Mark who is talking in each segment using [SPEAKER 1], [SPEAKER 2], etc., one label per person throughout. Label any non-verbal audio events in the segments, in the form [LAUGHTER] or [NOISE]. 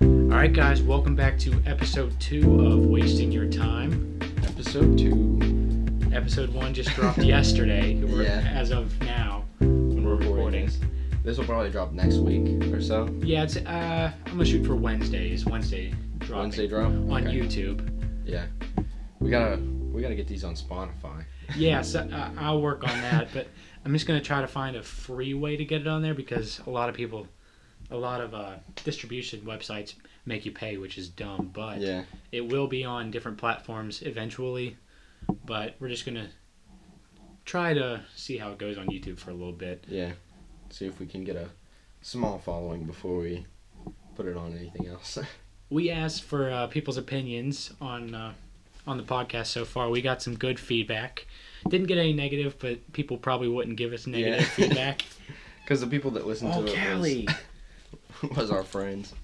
[SPEAKER 1] right, guys, welcome back to episode two of Wasting Your Time.
[SPEAKER 2] Episode two.
[SPEAKER 1] Episode one just
[SPEAKER 2] [LAUGHS]
[SPEAKER 1] dropped yesterday, or
[SPEAKER 2] Yeah.
[SPEAKER 1] as of now, when we're recording.
[SPEAKER 2] This. This will probably drop next week or so.
[SPEAKER 1] Yeah, it's, uh, I'm gonna shoot for Wednesdays. Wednesday dropping
[SPEAKER 2] Wednesday drop.
[SPEAKER 1] on
[SPEAKER 2] Okay.
[SPEAKER 1] YouTube.
[SPEAKER 2] Yeah. We gotta we gotta get these on Spotify.
[SPEAKER 1] Yeah, so uh, I'll work on
[SPEAKER 2] [LAUGHS]
[SPEAKER 1] that, but I'm just gonna try to find a free way to get it on there because a lot of people, a lot of uh, distribution websites make you pay, which is dumb. But
[SPEAKER 2] Yeah.
[SPEAKER 1] It will be on different platforms eventually, but we're just gonna try to see how it goes on YouTube for a little bit.
[SPEAKER 2] Yeah. See if we can get a small following before we put it on anything else. [LAUGHS]
[SPEAKER 1] We asked for uh, people's opinions on uh, on the podcast so far. We got some good feedback. Didn't get any negative, but people probably wouldn't give us negative
[SPEAKER 2] Yeah.
[SPEAKER 1] feedback.
[SPEAKER 2] Because the people that listened
[SPEAKER 1] Oh,
[SPEAKER 2] to it
[SPEAKER 1] Kelly.
[SPEAKER 2] Was, [LAUGHS] was our friends.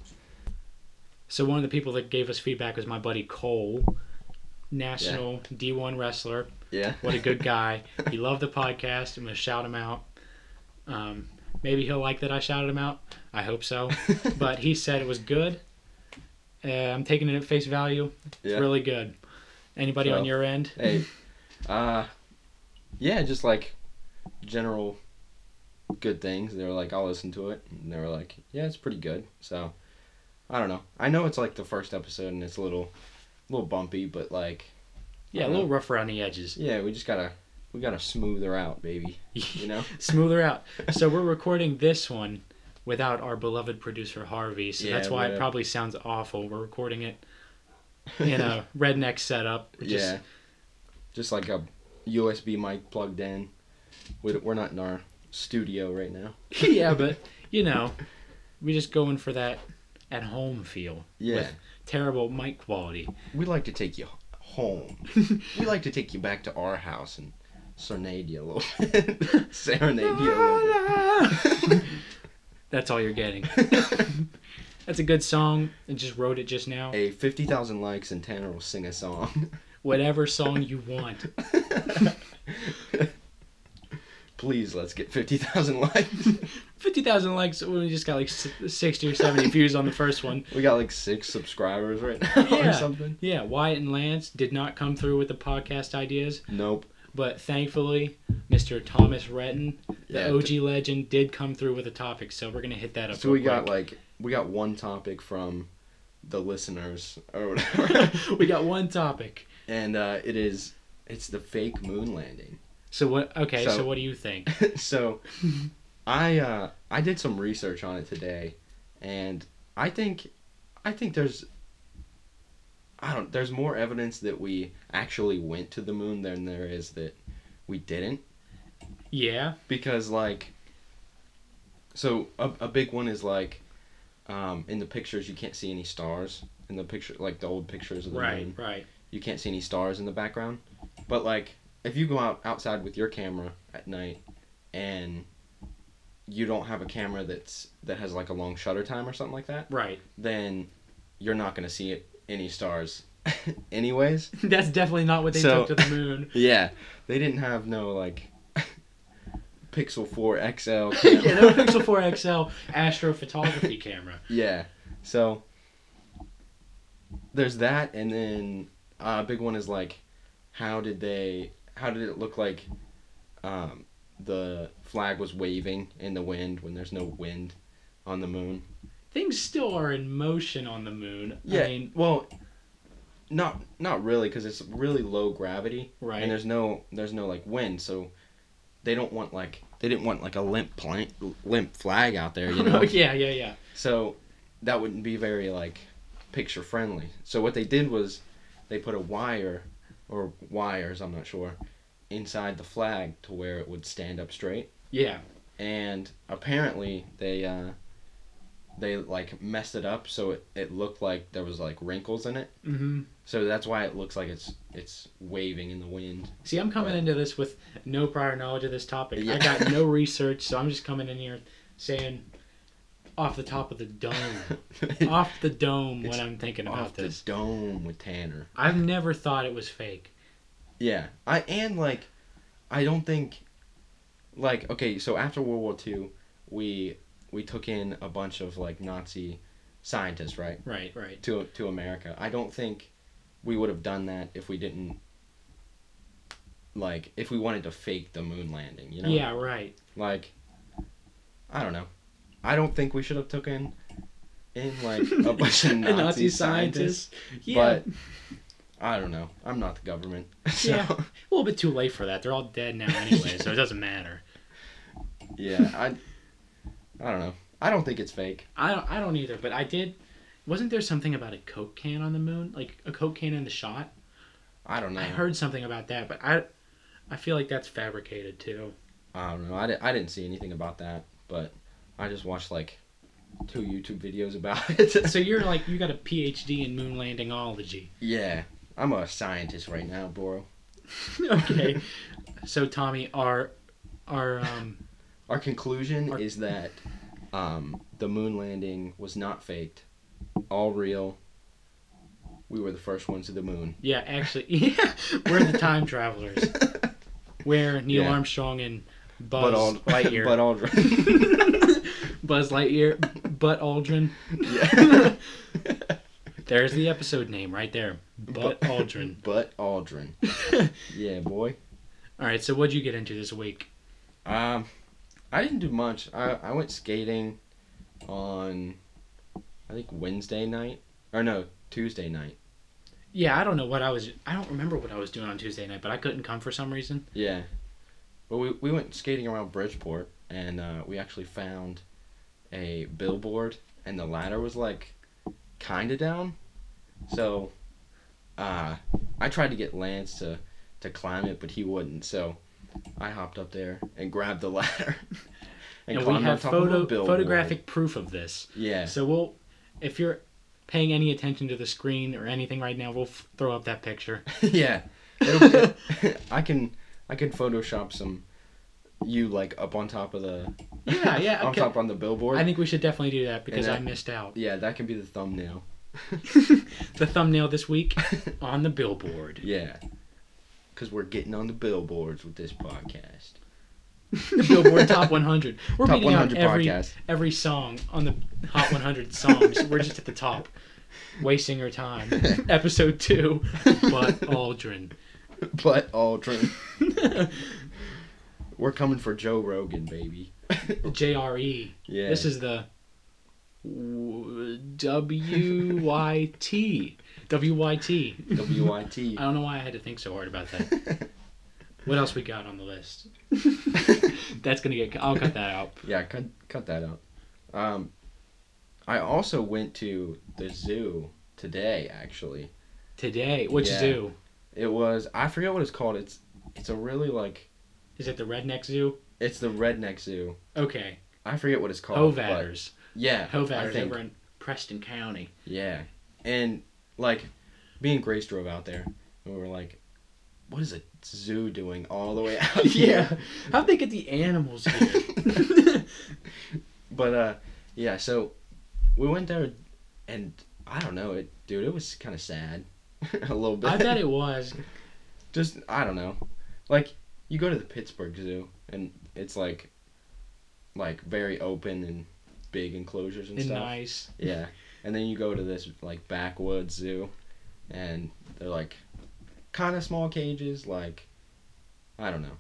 [SPEAKER 1] So one of the people that gave us feedback was my buddy Cole, national D1 wrestler.
[SPEAKER 2] Yeah.
[SPEAKER 1] What a
[SPEAKER 2] [LAUGHS]
[SPEAKER 1] good guy. he loved the podcast. I'm gonna shout him out. Um, maybe he'll like that I shouted him out. I hope
[SPEAKER 2] [LAUGHS]
[SPEAKER 1] so. but he said it was good. Uh, I'm taking it at face value. It's
[SPEAKER 2] Yeah.
[SPEAKER 1] really good. Anybody
[SPEAKER 2] So-
[SPEAKER 1] on your end?
[SPEAKER 2] hey. Uh yeah, just like general good things. They were like, I'll listen to it and they were like, Yeah, it's pretty good. So I don't know. I know it's like the first episode and it's a little little bumpy, but like
[SPEAKER 1] Yeah, a little rough around the edges. [LAUGHS]
[SPEAKER 2] yeah, we just gotta we gotta smooth her out, baby. You know?
[SPEAKER 1] Smoother out. So we're recording this one without our beloved producer Harvey. So
[SPEAKER 2] Yeah,
[SPEAKER 1] that's why it
[SPEAKER 2] we're-
[SPEAKER 1] probably sounds awful. We're recording
[SPEAKER 2] [LAUGHS]
[SPEAKER 1] it in a redneck setup. which is-
[SPEAKER 2] yeah. Just like a USB mic plugged in. We- We're not in our studio right now. [LAUGHS]
[SPEAKER 1] yeah, but you know, we just going for that at home feel.
[SPEAKER 2] Yeah.
[SPEAKER 1] With terrible mic
[SPEAKER 2] [LAUGHS]
[SPEAKER 1] quality.
[SPEAKER 2] We like to take you
[SPEAKER 1] [LAUGHS]
[SPEAKER 2] home. we like to take you back to our house and serenade you a little bit. [LAUGHS] serenade you a little
[SPEAKER 1] That's all you're
[SPEAKER 2] [LAUGHS]
[SPEAKER 1] getting.
[SPEAKER 2] bit.
[SPEAKER 1] That's a good song. I just wrote it just now.
[SPEAKER 2] hey, 50,000 likes and Tanner will sing a song. [LAUGHS]
[SPEAKER 1] Whatever song you want.
[SPEAKER 2] Please, let's get 50,000 [LAUGHS] likes.
[SPEAKER 1] 50,000 likes. We just got like s- 60 or 70 views on the first one.
[SPEAKER 2] We got like six subscribers right now
[SPEAKER 1] Yeah.
[SPEAKER 2] or something.
[SPEAKER 1] Yeah, Wyatt and Lance did not come through with the podcast ideas,
[SPEAKER 2] Nope.
[SPEAKER 1] but thankfully, Mr. Thomas Retton, the
[SPEAKER 2] Yeah,
[SPEAKER 1] OG legend, did come through with a topic, so we're going to hit that up.
[SPEAKER 2] So we
[SPEAKER 1] real
[SPEAKER 2] got
[SPEAKER 1] quick.
[SPEAKER 2] like, we got one topic from the listeners
[SPEAKER 1] [LAUGHS]
[SPEAKER 2] or whatever.
[SPEAKER 1] we got one topic.
[SPEAKER 2] and uh, it is, it's the fake moon landing.
[SPEAKER 1] So what? Okay, so,
[SPEAKER 2] So-
[SPEAKER 1] what do you
[SPEAKER 2] [LAUGHS]
[SPEAKER 1] think?
[SPEAKER 2] so I uh, I did some research on it today, and I think I think there's I don't there's more evidence that we actually went to the moon than there is that we didn't
[SPEAKER 1] Yeah,
[SPEAKER 2] because like so a, a big one is like um, in the pictures you can't see any stars in the picture like the old pictures of the
[SPEAKER 1] right,
[SPEAKER 2] moon
[SPEAKER 1] right.
[SPEAKER 2] you can't see any stars in the background. But like if you go out outside with your camera at night and you don't have a camera that's that has like a long shutter time or something like that,
[SPEAKER 1] Right. [LAUGHS]
[SPEAKER 2] then you're not gonna see it, any stars [LAUGHS] anyways.
[SPEAKER 1] That's definitely not what they
[SPEAKER 2] So-
[SPEAKER 1] took to the
[SPEAKER 2] [LAUGHS]
[SPEAKER 1] moon. [LAUGHS]
[SPEAKER 2] Yeah. They didn't have no like [LAUGHS] Pixel 4
[SPEAKER 1] [LAUGHS]
[SPEAKER 2] XL
[SPEAKER 1] yeah,
[SPEAKER 2] camera.
[SPEAKER 1] no Pixel 4 XL astrophotography camera.
[SPEAKER 2] Yeah. So there's that, and then uh, a big one is like, how did they? How did it look like? Um, the flag was waving in the wind when there's no wind on the moon.
[SPEAKER 1] Things still are in motion on the moon. I mean,
[SPEAKER 2] well, not not really, because it's really low gravity,
[SPEAKER 1] Right.
[SPEAKER 2] And there's no there's no like wind, so they don't want like they didn't want like a limp plank, limp flag out
[SPEAKER 1] [LAUGHS]
[SPEAKER 2] there, you know?
[SPEAKER 1] yeah, yeah, yeah.
[SPEAKER 2] So that wouldn't be very like picture friendly. So what they did was they put a wire or wires, I'm not sure, inside the flag to where it would stand up straight.
[SPEAKER 1] Yeah.
[SPEAKER 2] And apparently they uh they like messed it up so it, it looked like there was like wrinkles in it.
[SPEAKER 1] hmm
[SPEAKER 2] So that's why it looks like it's it's waving in the wind.
[SPEAKER 1] See, I'm coming into this with no prior knowledge of this topic. I
[SPEAKER 2] Yeah.
[SPEAKER 1] got
[SPEAKER 2] [LAUGHS]
[SPEAKER 1] no research, so I'm just coming in here saying off the top of the dome,
[SPEAKER 2] [LAUGHS]
[SPEAKER 1] off the dome
[SPEAKER 2] It's
[SPEAKER 1] when I'm thinking
[SPEAKER 2] Oh. Off
[SPEAKER 1] about
[SPEAKER 2] the
[SPEAKER 1] this.
[SPEAKER 2] dome with Tanner.
[SPEAKER 1] I've never thought it was fake.
[SPEAKER 2] Yeah, I and like, I don't think, like okay, so after World War II, we we took in a bunch of like Nazi scientists, right?
[SPEAKER 1] Right, right.
[SPEAKER 2] To to America. I don't think we would have done that if we didn't like if we wanted to fake the moon landing, you know?
[SPEAKER 1] Yeah, right.
[SPEAKER 2] Like I don't know. I don't think we should have took in in
[SPEAKER 1] [LAUGHS]
[SPEAKER 2] like a bunch of
[SPEAKER 1] A
[SPEAKER 2] Nazi,
[SPEAKER 1] Nazi
[SPEAKER 2] scientists.
[SPEAKER 1] scientist. Yeah.
[SPEAKER 2] But I don't know. I'm not the government. [LAUGHS] So
[SPEAKER 1] Yeah. a little bit too late for that. They're all dead now anyway, so it doesn't matter.
[SPEAKER 2] yeah, I I don't know. I don't think it's fake.
[SPEAKER 1] [LAUGHS] I don't, I don't either, but I did. Wasn't there something about a Coke can on the moon? Like a Coke can in the shot?
[SPEAKER 2] I don't know.
[SPEAKER 1] I heard something about that, but I I feel like that's fabricated too. [LAUGHS]
[SPEAKER 2] I don't know. I, di- I didn't see anything about that, but I just watched like two YouTube videos about [LAUGHS] it.
[SPEAKER 1] So you're like, you got a PhD in moon landingology.
[SPEAKER 2] yeah, I'm a scientist right now, bro.
[SPEAKER 1] [LAUGHS] okay. [LAUGHS] So Tommy, our our um
[SPEAKER 2] Our conclusion
[SPEAKER 1] Our-
[SPEAKER 2] is that um, the moon landing was not faked, all real. We were the first ones to the moon.
[SPEAKER 1] yeah, actually [LAUGHS] yeah, we're the time
[SPEAKER 2] [LAUGHS]
[SPEAKER 1] travelers. Where Neil
[SPEAKER 2] Yeah.
[SPEAKER 1] Armstrong and Buzz
[SPEAKER 2] But all
[SPEAKER 1] Lightyear,
[SPEAKER 2] [LAUGHS] But all
[SPEAKER 1] [LAUGHS] Buzz Lightyear, Bud Aldrin.
[SPEAKER 2] yeah. [LAUGHS]
[SPEAKER 1] There's the episode name right there, Bud Aldrin.
[SPEAKER 2] But
[SPEAKER 1] [LAUGHS]
[SPEAKER 2] Aldrin. Yeah, boy.
[SPEAKER 1] All right, so what'd you get into this week?
[SPEAKER 2] Um, I didn't do much. I, I went skating on, I think Wednesday night or no Tuesday night.
[SPEAKER 1] Yeah, I don't know what I was. I don't remember what I was doing on Tuesday night, but I couldn't come for some reason.
[SPEAKER 2] Yeah, but we we went skating around Bridgeport and uh, we actually found a billboard and the ladder was like kind of down, so uh, I tried to get Lance to to climb it, but he wouldn't. So I hopped up there and grabbed the [LAUGHS] ladder.
[SPEAKER 1] And, we
[SPEAKER 2] climbed on
[SPEAKER 1] have
[SPEAKER 2] top of a
[SPEAKER 1] photo
[SPEAKER 2] billboard.
[SPEAKER 1] photographic proof of this.
[SPEAKER 2] Yeah.
[SPEAKER 1] So we'll, if you're paying any attention to the screen or anything right now, we'll f- throw up that
[SPEAKER 2] [LAUGHS]
[SPEAKER 1] picture.
[SPEAKER 2] yeah. It'll be- [LAUGHS] I can I can Photoshop some you like up on top of the
[SPEAKER 1] Yeah, yeah,
[SPEAKER 2] up
[SPEAKER 1] okay.
[SPEAKER 2] top on the billboard.
[SPEAKER 1] I think we should definitely do that because
[SPEAKER 2] And uh,
[SPEAKER 1] I
[SPEAKER 2] that-
[SPEAKER 1] missed out.
[SPEAKER 2] yeah, that can be the thumbnail.
[SPEAKER 1] the thumbnail this
[SPEAKER 2] [LAUGHS]
[SPEAKER 1] week on the billboard.
[SPEAKER 2] Yeah, because we're getting on the billboards with this podcast.
[SPEAKER 1] The Billboard Top 100. We're
[SPEAKER 2] Top
[SPEAKER 1] beating out
[SPEAKER 2] 100
[SPEAKER 1] every
[SPEAKER 2] podcast.
[SPEAKER 1] every song on the Hot 100 songs. We're just at the top, wasting our
[SPEAKER 2] [LAUGHS]
[SPEAKER 1] time. Episode two, but Aldrin.
[SPEAKER 2] But
[SPEAKER 1] [LAUGHS]
[SPEAKER 2] Aldrin, we're coming for Joe Rogan, baby.
[SPEAKER 1] JRE.
[SPEAKER 2] Yeah.
[SPEAKER 1] E.
[SPEAKER 2] [LAUGHS]
[SPEAKER 1] This is the w- WYT. WYT. [LAUGHS]
[SPEAKER 2] WYT.
[SPEAKER 1] I don't know why I had to think so hard about that. What else we got on the list? That's going to get. I'll cut that out.
[SPEAKER 2] [LAUGHS] yeah, cut cut that out. Um, I also went to the zoo today. Actually,
[SPEAKER 1] Today, what
[SPEAKER 2] Yeah.
[SPEAKER 1] zoo?
[SPEAKER 2] It was I forget what it's called. It's it's a really like
[SPEAKER 1] Is it the Redneck Zoo?
[SPEAKER 2] it's the redneck zoo.
[SPEAKER 1] Okay.
[SPEAKER 2] I forget what it's called. Oh, but-
[SPEAKER 1] Hovatters.
[SPEAKER 2] Yeah. I
[SPEAKER 1] Hovatters
[SPEAKER 2] think.
[SPEAKER 1] over in Preston
[SPEAKER 2] [LAUGHS]
[SPEAKER 1] County.
[SPEAKER 2] Yeah. And like me and Grace drove out there and we were like, What is a zoo doing all the way
[SPEAKER 1] [LAUGHS]
[SPEAKER 2] out
[SPEAKER 1] yeah.
[SPEAKER 2] here?
[SPEAKER 1] How'd they get the animals here?
[SPEAKER 2] [LAUGHS] But uh yeah, so we went there and I don't know, it dude, it was kinda sad. [LAUGHS] a little bit.
[SPEAKER 1] I bet
[SPEAKER 2] [LAUGHS]
[SPEAKER 1] it was.
[SPEAKER 2] just I don't know. Like you go to the Pittsburgh Zoo and it's like like very open and big enclosures and,
[SPEAKER 1] And
[SPEAKER 2] stuff.
[SPEAKER 1] nice.
[SPEAKER 2] Yeah. And then you go to this like backwoods zoo and they're like kind of small cages like I don't know.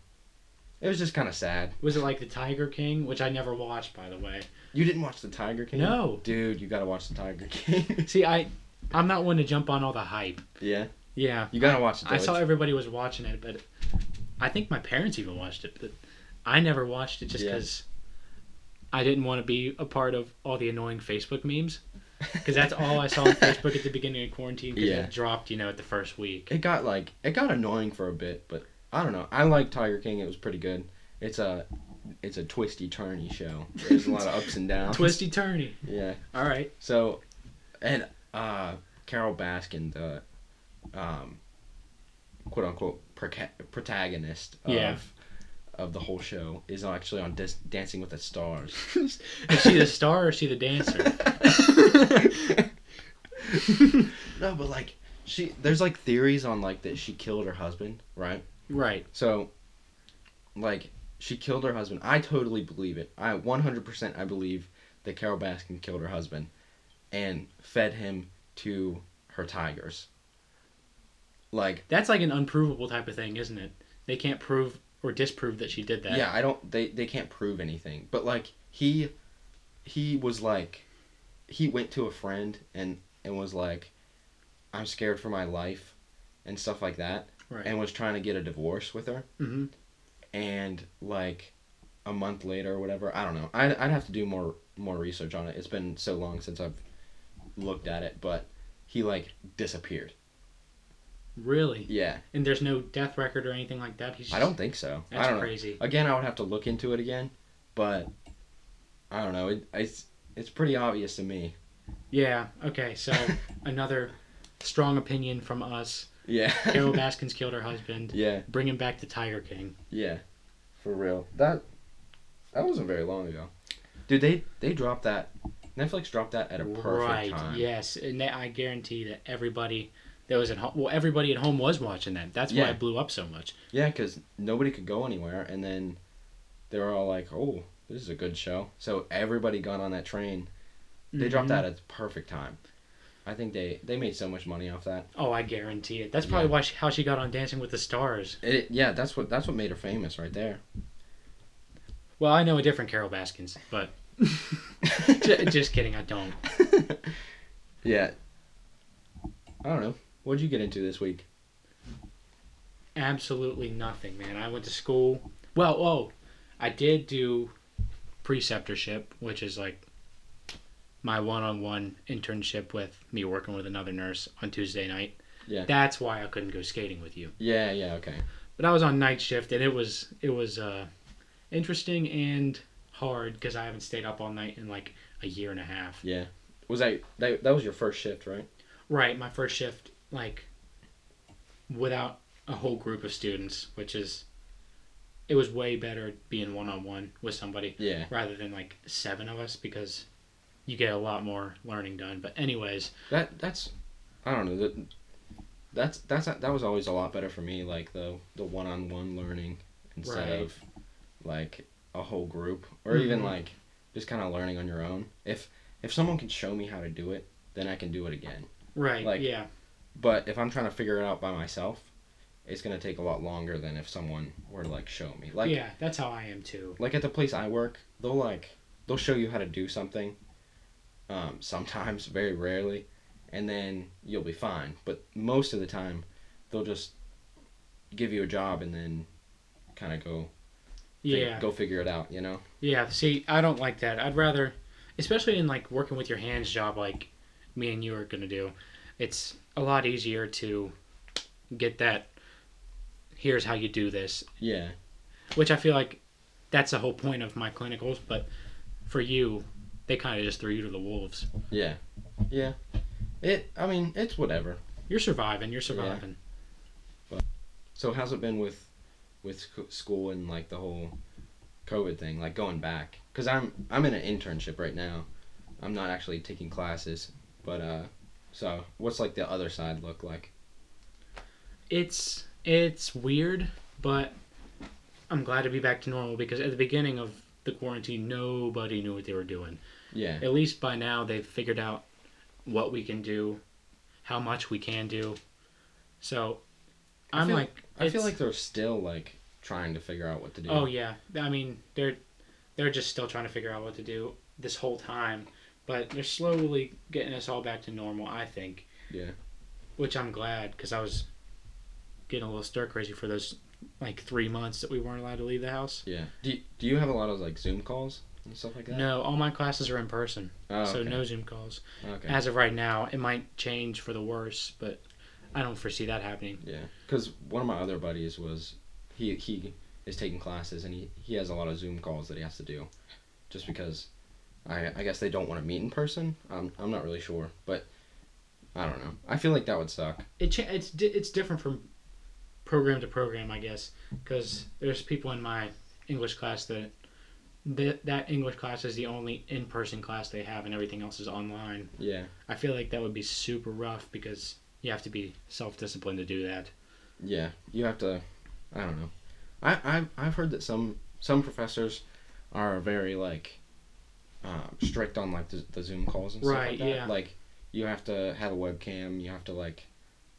[SPEAKER 2] It was just kind of sad.
[SPEAKER 1] Was it like the Tiger King, which I never watched, by the way?
[SPEAKER 2] You didn't watch the Tiger King?
[SPEAKER 1] No.
[SPEAKER 2] Dude, you got to watch the Tiger [LAUGHS] King.
[SPEAKER 1] See, I, I'm not one to jump on all the hype.
[SPEAKER 2] yeah.
[SPEAKER 1] Yeah.
[SPEAKER 2] You got to watch it. Though.
[SPEAKER 1] I saw
[SPEAKER 2] It's-
[SPEAKER 1] everybody was watching it, but I think my parents even watched it. But I never watched it just
[SPEAKER 2] Yeah.
[SPEAKER 1] because I didn't want to be a part of all the annoying Facebook memes. Because that's all I saw
[SPEAKER 2] [LAUGHS]
[SPEAKER 1] on Facebook at the beginning of quarantine. Because
[SPEAKER 2] Yeah.
[SPEAKER 1] it dropped, you know, at the first week.
[SPEAKER 2] it got like it got annoying for a bit, but I don't know. I like Tiger King. It was pretty good. It's a it's a twisty turny show. There's a lot of ups and downs.
[SPEAKER 1] Twisty turny.
[SPEAKER 2] Yeah.
[SPEAKER 1] All right. [LAUGHS]
[SPEAKER 2] So, and uh, Carol Baskin, the um, quote unquote proca- protagonist of
[SPEAKER 1] Yeah.
[SPEAKER 2] of the whole show, is actually on Dis- Dancing with the
[SPEAKER 1] [LAUGHS]
[SPEAKER 2] Stars. [LAUGHS]
[SPEAKER 1] is she the star or is she the dancer?
[SPEAKER 2] no, but like she, there's like theories on like that she killed her husband, right?
[SPEAKER 1] Right.
[SPEAKER 2] So, like, she killed her husband. I totally believe it. I 100% I believe that Carol Baskin killed her husband. and fed him to her tigers. Like
[SPEAKER 1] That's like an unprovable type of thing, isn't it? They can't prove or disprove that she did that.
[SPEAKER 2] yeah, I don't they they can't prove anything. But like he he was like he went to a friend and and was like I'm scared for my life and stuff like that
[SPEAKER 1] Right.
[SPEAKER 2] and was trying to get a divorce with her
[SPEAKER 1] hmm
[SPEAKER 2] and like a month later or whatever i don't know I'd, I'd have to do more more research on it it's been so long since i've looked at it but he like disappeared
[SPEAKER 1] Really?
[SPEAKER 2] yeah
[SPEAKER 1] And there's no death record or anything like that. He's just,
[SPEAKER 2] i don't think so
[SPEAKER 1] That's
[SPEAKER 2] i don't
[SPEAKER 1] crazy.
[SPEAKER 2] know again i would have to look into it again but i don't know it, it's it's pretty obvious to me
[SPEAKER 1] Yeah. Okay.
[SPEAKER 2] [LAUGHS]
[SPEAKER 1] So another strong opinion from us.
[SPEAKER 2] yeah [LAUGHS]
[SPEAKER 1] Carol Baskins killed her husband.
[SPEAKER 2] yeah
[SPEAKER 1] Bring him back to Tiger King.
[SPEAKER 2] yeah for real that that wasn't very long ago dude they they dropped that netflix dropped that at a perfect
[SPEAKER 1] right.
[SPEAKER 2] time
[SPEAKER 1] Yes. And that, I guarantee that everybody that was at home, well, everybody at home was watching that. That's why
[SPEAKER 2] Yeah.
[SPEAKER 1] it blew up so much.
[SPEAKER 2] Yeah, because nobody could go anywhere, and then they were all like, "Oh, this is a good show." So everybody got on that train. They dropped
[SPEAKER 1] Mhm.
[SPEAKER 2] that at the perfect time. I think they they made so much money off that.
[SPEAKER 1] Oh, I guarantee it. That's probably
[SPEAKER 2] Yeah.
[SPEAKER 1] why she, how she got on Dancing with the Stars.
[SPEAKER 2] It, yeah, that's what that's what made her famous right [LAUGHS] there.
[SPEAKER 1] Well, I know a different Carol Baskins, but J- just kidding. I don't.
[SPEAKER 2] yeah. I don't know. What'd you get into this week?
[SPEAKER 1] Absolutely nothing, man. I went to school. Well, oh, I did do preceptorship, which is like my one-on-one internship with me working with another nurse on Tuesday night.
[SPEAKER 2] Yeah.
[SPEAKER 1] That's why I couldn't go skating with you.
[SPEAKER 2] Yeah, yeah, okay.
[SPEAKER 1] But I was on night shift, and it was it was uh, interesting and hard because I haven't stayed up all night in like a year and a half.
[SPEAKER 2] Yeah. Was that that, that was your first shift, right?
[SPEAKER 1] Right, my first shift, like, without a whole group of students, which is, it was way better being one on one with somebody
[SPEAKER 2] Yeah.
[SPEAKER 1] rather than like seven of us because you get a lot more learning done. But anyways,
[SPEAKER 2] That that's I don't know. That that's that's that was always a lot better for me. Like the the one on one learning instead
[SPEAKER 1] Right.
[SPEAKER 2] of like a whole group or even
[SPEAKER 1] Mhm.
[SPEAKER 2] like just kind of learning on your own. If if someone can show me how to do it, then I can do it again.
[SPEAKER 1] right,
[SPEAKER 2] Like-
[SPEAKER 1] yeah,
[SPEAKER 2] But if I'm trying to figure it out by myself, it's gonna take a lot longer than if someone were to like show me. Like
[SPEAKER 1] yeah, that's how I am too.
[SPEAKER 2] like at the place I work, they'll like they'll show you how to do something. Um, sometimes, [LAUGHS] very rarely, and then you'll be fine. But most of the time, they'll just give you a job and then kind of go fig-
[SPEAKER 1] Yeah,
[SPEAKER 2] go figure it out. You know?
[SPEAKER 1] yeah. See, I don't like that. I'd rather, especially in like working with your hands job, like me and you are gonna do. It's a lot easier to get that. Here's how you do this,
[SPEAKER 2] Yeah.
[SPEAKER 1] which I feel like that's the whole point of my clinicals. But for you, they kind of just threw you to the wolves.
[SPEAKER 2] Yeah. Yeah. It. I mean, it's whatever.
[SPEAKER 1] You're surviving. You're surviving.
[SPEAKER 2] So how's it been with with sc- school and like the whole COVID thing, like going back? Cause I'm I'm in an internship right now. I'm not actually taking classes, but uh, so what's like the other side look like?
[SPEAKER 1] It's it's weird, but I'm glad to be back to normal because at the beginning of the quarantine, nobody knew what they were doing.
[SPEAKER 2] Yeah,
[SPEAKER 1] At least by now, they've figured out what we can do, how much we can do. So,
[SPEAKER 2] I
[SPEAKER 1] I'm
[SPEAKER 2] feel-
[SPEAKER 1] like,
[SPEAKER 2] I feel
[SPEAKER 1] it's-
[SPEAKER 2] like they're still like trying to figure out what to do.
[SPEAKER 1] Oh yeah, I mean they're they're just still trying to figure out what to do this whole time, but they're slowly getting us all back to normal. I think.
[SPEAKER 2] Yeah.
[SPEAKER 1] Which I'm glad because I was getting a little stir crazy for those like three months that we weren't allowed to leave the house.
[SPEAKER 2] yeah. Do you, do you have a lot of like Zoom calls and stuff like that?
[SPEAKER 1] No, all my classes are in person,
[SPEAKER 2] Oh,
[SPEAKER 1] so
[SPEAKER 2] okay.
[SPEAKER 1] no Zoom calls.
[SPEAKER 2] Okay.
[SPEAKER 1] As of right now, it might change for the worse, but I don't foresee that happening.
[SPEAKER 2] Yeah, because one of my other buddies was he he is taking classes and he he has a lot of Zoom calls that he has to do, just because I I guess they don't want to meet in person. I'm I'm not really sure, but I don't know. I feel like that would suck.
[SPEAKER 1] it cha- it's di- it's different from program to program, I guess, because there's people in my English class that that that English class is the only in person class they have, and everything else is online.
[SPEAKER 2] Yeah,
[SPEAKER 1] I feel like that would be super rough because you have to be self disciplined to do that.
[SPEAKER 2] yeah. You have to. I don't know. I I've, I've heard that some some professors are very like um, strict on like the, the Zoom calls and stuff
[SPEAKER 1] Right,
[SPEAKER 2] like that.
[SPEAKER 1] yeah.
[SPEAKER 2] Like you have to have a webcam. You have to like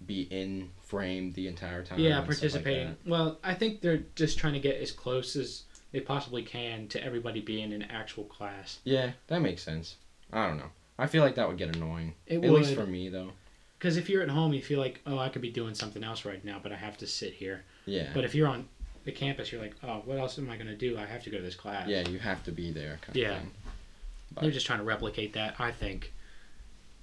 [SPEAKER 2] be in frame the entire time.
[SPEAKER 1] yeah,
[SPEAKER 2] and stuff like
[SPEAKER 1] participating.
[SPEAKER 2] that.
[SPEAKER 1] well, I think they're just trying to get as close as they possibly can to everybody being in actual class.
[SPEAKER 2] Yeah, that makes sense. I don't know. I feel like that would get annoying.
[SPEAKER 1] It
[SPEAKER 2] At
[SPEAKER 1] would,
[SPEAKER 2] least for me though.
[SPEAKER 1] because if you're at home, you feel like, oh, I could be doing something else right now, but I have to sit here.
[SPEAKER 2] Yeah.
[SPEAKER 1] But if you're on the campus, you're like, oh, what else am I gonna do? I have to go to this class.
[SPEAKER 2] yeah, you have to be there. Kind
[SPEAKER 1] Yeah.
[SPEAKER 2] Of thing.
[SPEAKER 1] they're just trying to replicate that, I think.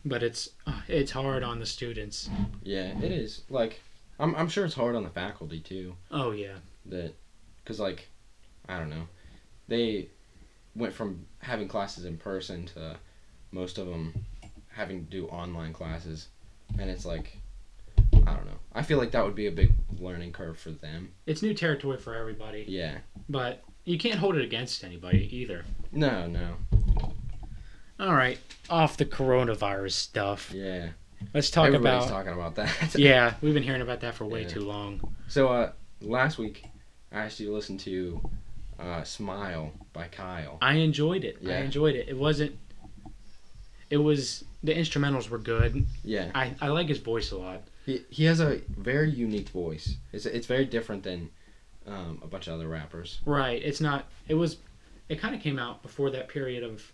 [SPEAKER 1] But it's uh, it's hard on the students.
[SPEAKER 2] Yeah, it is. Like, I'm I'm sure it's hard on the faculty too.
[SPEAKER 1] Oh yeah,
[SPEAKER 2] that because like i don't know they went from having classes in person to most of them having to do online classes and it's like i don't know i feel like that would be a big learning curve for them
[SPEAKER 1] it's new territory for everybody.
[SPEAKER 2] yeah
[SPEAKER 1] But you can't hold it against anybody either.
[SPEAKER 2] no no
[SPEAKER 1] All right, off the coronavirus stuff.
[SPEAKER 2] yeah
[SPEAKER 1] Let's talk
[SPEAKER 2] everybody's
[SPEAKER 1] about.
[SPEAKER 2] talking about
[SPEAKER 1] [LAUGHS]
[SPEAKER 2] that
[SPEAKER 1] yeah, we've been hearing about that for way
[SPEAKER 2] Yeah.
[SPEAKER 1] too long.
[SPEAKER 2] so uh last week i asked you to listen to uh smile by kyle
[SPEAKER 1] I enjoyed it. I
[SPEAKER 2] Yeah.
[SPEAKER 1] enjoyed it. It wasn't. It was the instrumentals were good.
[SPEAKER 2] yeah
[SPEAKER 1] I I like his voice a lot.
[SPEAKER 2] He, he has a very unique voice. It's it's very different than um, a bunch of other rappers.
[SPEAKER 1] Right. It's not. It was. It kind of came out before that period of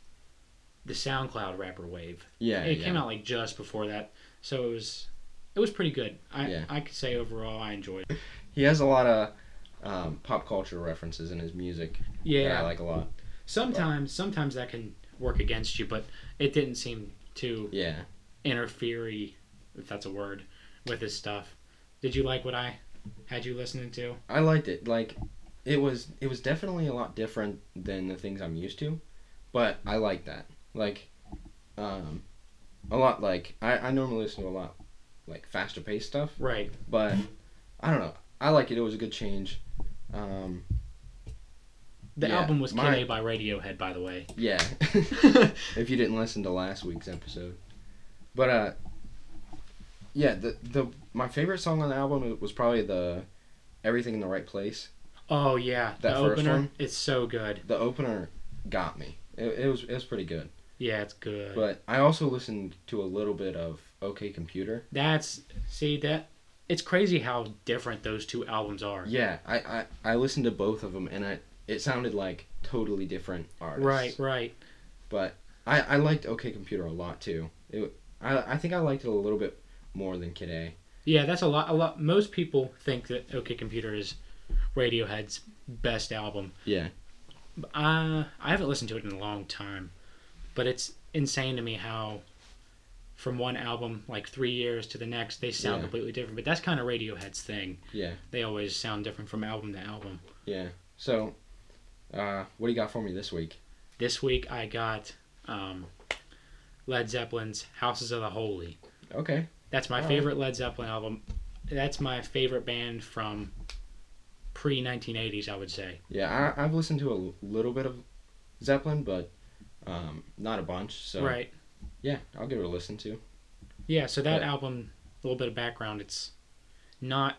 [SPEAKER 1] the SoundCloud rapper wave.
[SPEAKER 2] Yeah,
[SPEAKER 1] it
[SPEAKER 2] Uh, yeah.
[SPEAKER 1] came out like just before that, so it was it was pretty good. I
[SPEAKER 2] Yeah.
[SPEAKER 1] I could say overall I enjoyed. it.
[SPEAKER 2] He has a lot of um, pop culture references in his music that
[SPEAKER 1] Yeah,
[SPEAKER 2] I like a lot.
[SPEAKER 1] sometimes sometimes that can work against you, but it didn't seem to
[SPEAKER 2] Yeah,
[SPEAKER 1] interfere, if that's a word, with his stuff. Did you like what I had you listening to?
[SPEAKER 2] I liked it. Like it was it was definitely a lot different than the things I'm used to, but I like that. Like um, a lot. Like I I normally listen to a lot like faster paced stuff.
[SPEAKER 1] Right.
[SPEAKER 2] but I don't know. I like it. It was a good change. Um,
[SPEAKER 1] The
[SPEAKER 2] Yeah,
[SPEAKER 1] album was
[SPEAKER 2] my-
[SPEAKER 1] Kid A by Radiohead, by the way.
[SPEAKER 2] yeah.
[SPEAKER 1] [LAUGHS]
[SPEAKER 2] if you didn't listen to last week's episode. But uh yeah, the the my favorite song on the album was probably the Everything in the Right Place.
[SPEAKER 1] oh yeah, the
[SPEAKER 2] That first
[SPEAKER 1] opener.
[SPEAKER 2] one?
[SPEAKER 1] It's so good.
[SPEAKER 2] The opener got me. It, it was it was pretty good.
[SPEAKER 1] Yeah, it's good.
[SPEAKER 2] But I also listened to a little bit of OK Computer.
[SPEAKER 1] That's see that. It's crazy how different those two albums are.
[SPEAKER 2] Yeah, I I, I listened to both of them and I it sounded like totally different artists.
[SPEAKER 1] right, right.
[SPEAKER 2] But I I liked OK Computer a lot too. It I I think I liked it a little bit more than Kid A.
[SPEAKER 1] Yeah, that's a lot. A lot. Most people think that OK Computer is Radiohead's best album.
[SPEAKER 2] Yeah.
[SPEAKER 1] Uh, I haven't listened to it in a long time, but it's insane to me how, from one album like three years to the next, they sound
[SPEAKER 2] Yeah.
[SPEAKER 1] completely different. But that's kind of Radiohead's thing.
[SPEAKER 2] Yeah.
[SPEAKER 1] They always sound different from album to album.
[SPEAKER 2] Yeah. So, uh, what do you got for me this week?
[SPEAKER 1] This week I got um, Led Zeppelin's "Houses of the Holy."
[SPEAKER 2] Okay.
[SPEAKER 1] That's my
[SPEAKER 2] Alright.
[SPEAKER 1] favorite Led Zeppelin album. That's my favorite band from pre 1980s, I would say.
[SPEAKER 2] Yeah, I, I've listened to a l- little bit of Zeppelin, but um, not a bunch. So
[SPEAKER 1] Right.
[SPEAKER 2] yeah, I'll give it a listen to.
[SPEAKER 1] Yeah, so that
[SPEAKER 2] But-
[SPEAKER 1] album, a little bit of background, it's not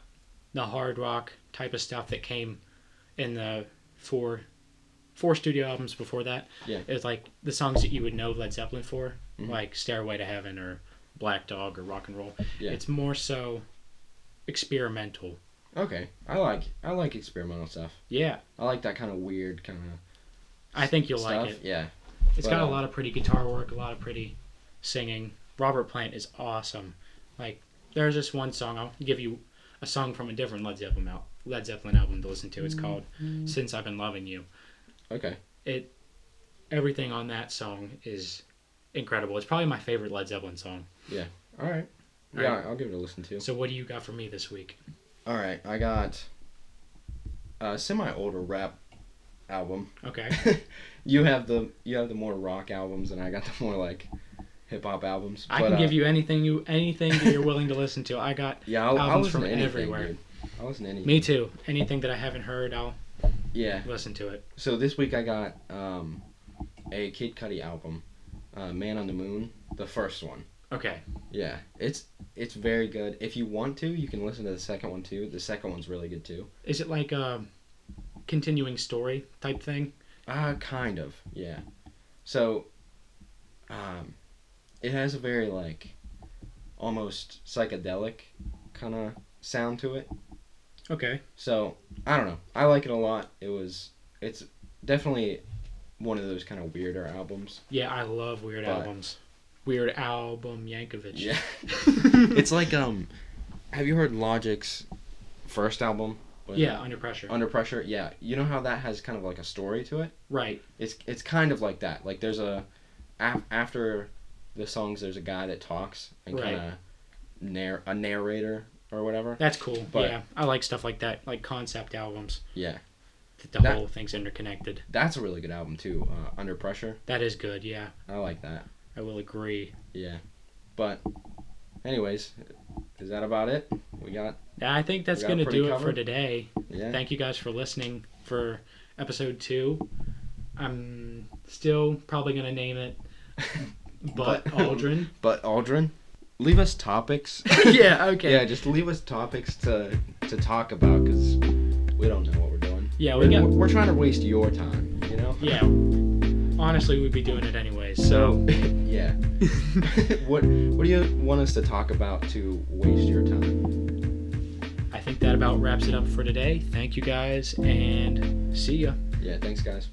[SPEAKER 1] the hard rock type of stuff that came in the four four studio albums before that.
[SPEAKER 2] Yeah.
[SPEAKER 1] It was like the songs that you would know Led Zeppelin for,
[SPEAKER 2] Mhm.
[SPEAKER 1] like Stairway to Heaven or Black Dog or Rock and Roll.
[SPEAKER 2] Yeah.
[SPEAKER 1] It's more so experimental.
[SPEAKER 2] Okay, I like I like experimental stuff.
[SPEAKER 1] Yeah.
[SPEAKER 2] I like that kind of weird kind
[SPEAKER 1] I think
[SPEAKER 2] of
[SPEAKER 1] you'll
[SPEAKER 2] stuff.
[SPEAKER 1] like it.
[SPEAKER 2] Yeah.
[SPEAKER 1] It's got a
[SPEAKER 2] But, um,
[SPEAKER 1] lot of pretty guitar work, a lot of pretty singing. Robert Plant is awesome. Like there's this one song I'll give you a song from a different Led Zeppelin out Led Zeppelin album to listen to. It's called Since I've Been Loving You.
[SPEAKER 2] Okay.
[SPEAKER 1] Everything on that song is incredible. It's probably my favorite Led Zeppelin song.
[SPEAKER 2] All right.
[SPEAKER 1] All
[SPEAKER 2] yeah,
[SPEAKER 1] right.
[SPEAKER 2] I'll give it a listen to.
[SPEAKER 1] So what do you got for me this week?
[SPEAKER 2] All right, I got a semi older rap album.
[SPEAKER 1] Okay.
[SPEAKER 2] you have the you have the more rock albums, and I got the more like hip hop albums.
[SPEAKER 1] I
[SPEAKER 2] but,
[SPEAKER 1] can
[SPEAKER 2] uh,
[SPEAKER 1] give you anything you anything that you're willing to listen to. I got
[SPEAKER 2] Yeah, I'll, I'll
[SPEAKER 1] albums
[SPEAKER 2] listen
[SPEAKER 1] from
[SPEAKER 2] to anything,
[SPEAKER 1] everywhere.
[SPEAKER 2] Dude. I'll listen to anything.
[SPEAKER 1] me too. Anything that I haven't heard, I'll
[SPEAKER 2] Yeah.
[SPEAKER 1] listen to it.
[SPEAKER 2] So this week I got um, a Kid Cudi album, uh, Man on the Moon, the first one.
[SPEAKER 1] Okay.
[SPEAKER 2] Yeah, it's it's very good. If you want to, you can listen to the second one too. The second one's really good too.
[SPEAKER 1] Is it like a continuing story type thing?
[SPEAKER 2] Uh, kind of. Yeah. So, um, it has a very like almost psychedelic kind of sound to it.
[SPEAKER 1] Okay.
[SPEAKER 2] So I don't know. I like it a lot. It was. It's definitely one of those kind of weirder albums.
[SPEAKER 1] Yeah, I love weird
[SPEAKER 2] But-
[SPEAKER 1] albums. Weird album Yankovic. [LAUGHS]
[SPEAKER 2] Yeah. [LAUGHS] it's like um, have you heard Logic's first album? Was it
[SPEAKER 1] yeah, under pressure.
[SPEAKER 2] Under pressure. Yeah. You know how that has kind of like a story to it.
[SPEAKER 1] right.
[SPEAKER 2] It's it's kind of like that. Like there's a af- after the songs there's a guy that talks and
[SPEAKER 1] Right.
[SPEAKER 2] kind of narr- a narrator or whatever.
[SPEAKER 1] That's cool.
[SPEAKER 2] But-
[SPEAKER 1] yeah, I like stuff like that, like concept albums.
[SPEAKER 2] Yeah.
[SPEAKER 1] That the
[SPEAKER 2] That-
[SPEAKER 1] whole thing's interconnected.
[SPEAKER 2] That's a really good album too. Uh, Under pressure.
[SPEAKER 1] That is good. Yeah,
[SPEAKER 2] I like that.
[SPEAKER 1] I will agree.
[SPEAKER 2] Yeah. But anyways, is that about it? We got
[SPEAKER 1] I think that's
[SPEAKER 2] We got it
[SPEAKER 1] gonna
[SPEAKER 2] pretty
[SPEAKER 1] do it for
[SPEAKER 2] covered.
[SPEAKER 1] today.
[SPEAKER 2] yeah.
[SPEAKER 1] Thank you guys for listening for episode two. I'm still probably gonna name
[SPEAKER 2] [LAUGHS]
[SPEAKER 1] it, but
[SPEAKER 2] But-
[SPEAKER 1] Aldrin.
[SPEAKER 2] But Aldrin, leave us topics.
[SPEAKER 1] yeah. [LAUGHS] Okay.
[SPEAKER 2] [LAUGHS] Yeah, just leave us topics to to talk about because we don't know what we're doing.
[SPEAKER 1] Yeah, we
[SPEAKER 2] we're,
[SPEAKER 1] got-
[SPEAKER 2] we're, we're trying to waste your time, you know.
[SPEAKER 1] Yeah. Honestly, we'd be doing it anyways. So
[SPEAKER 2] So
[SPEAKER 1] [LAUGHS]
[SPEAKER 2] yeah, [LAUGHS] what what do you want us to talk about to waste your time?
[SPEAKER 1] I think that about wraps it up for today. Thank you guys and see ya.
[SPEAKER 2] Yeah, thanks guys.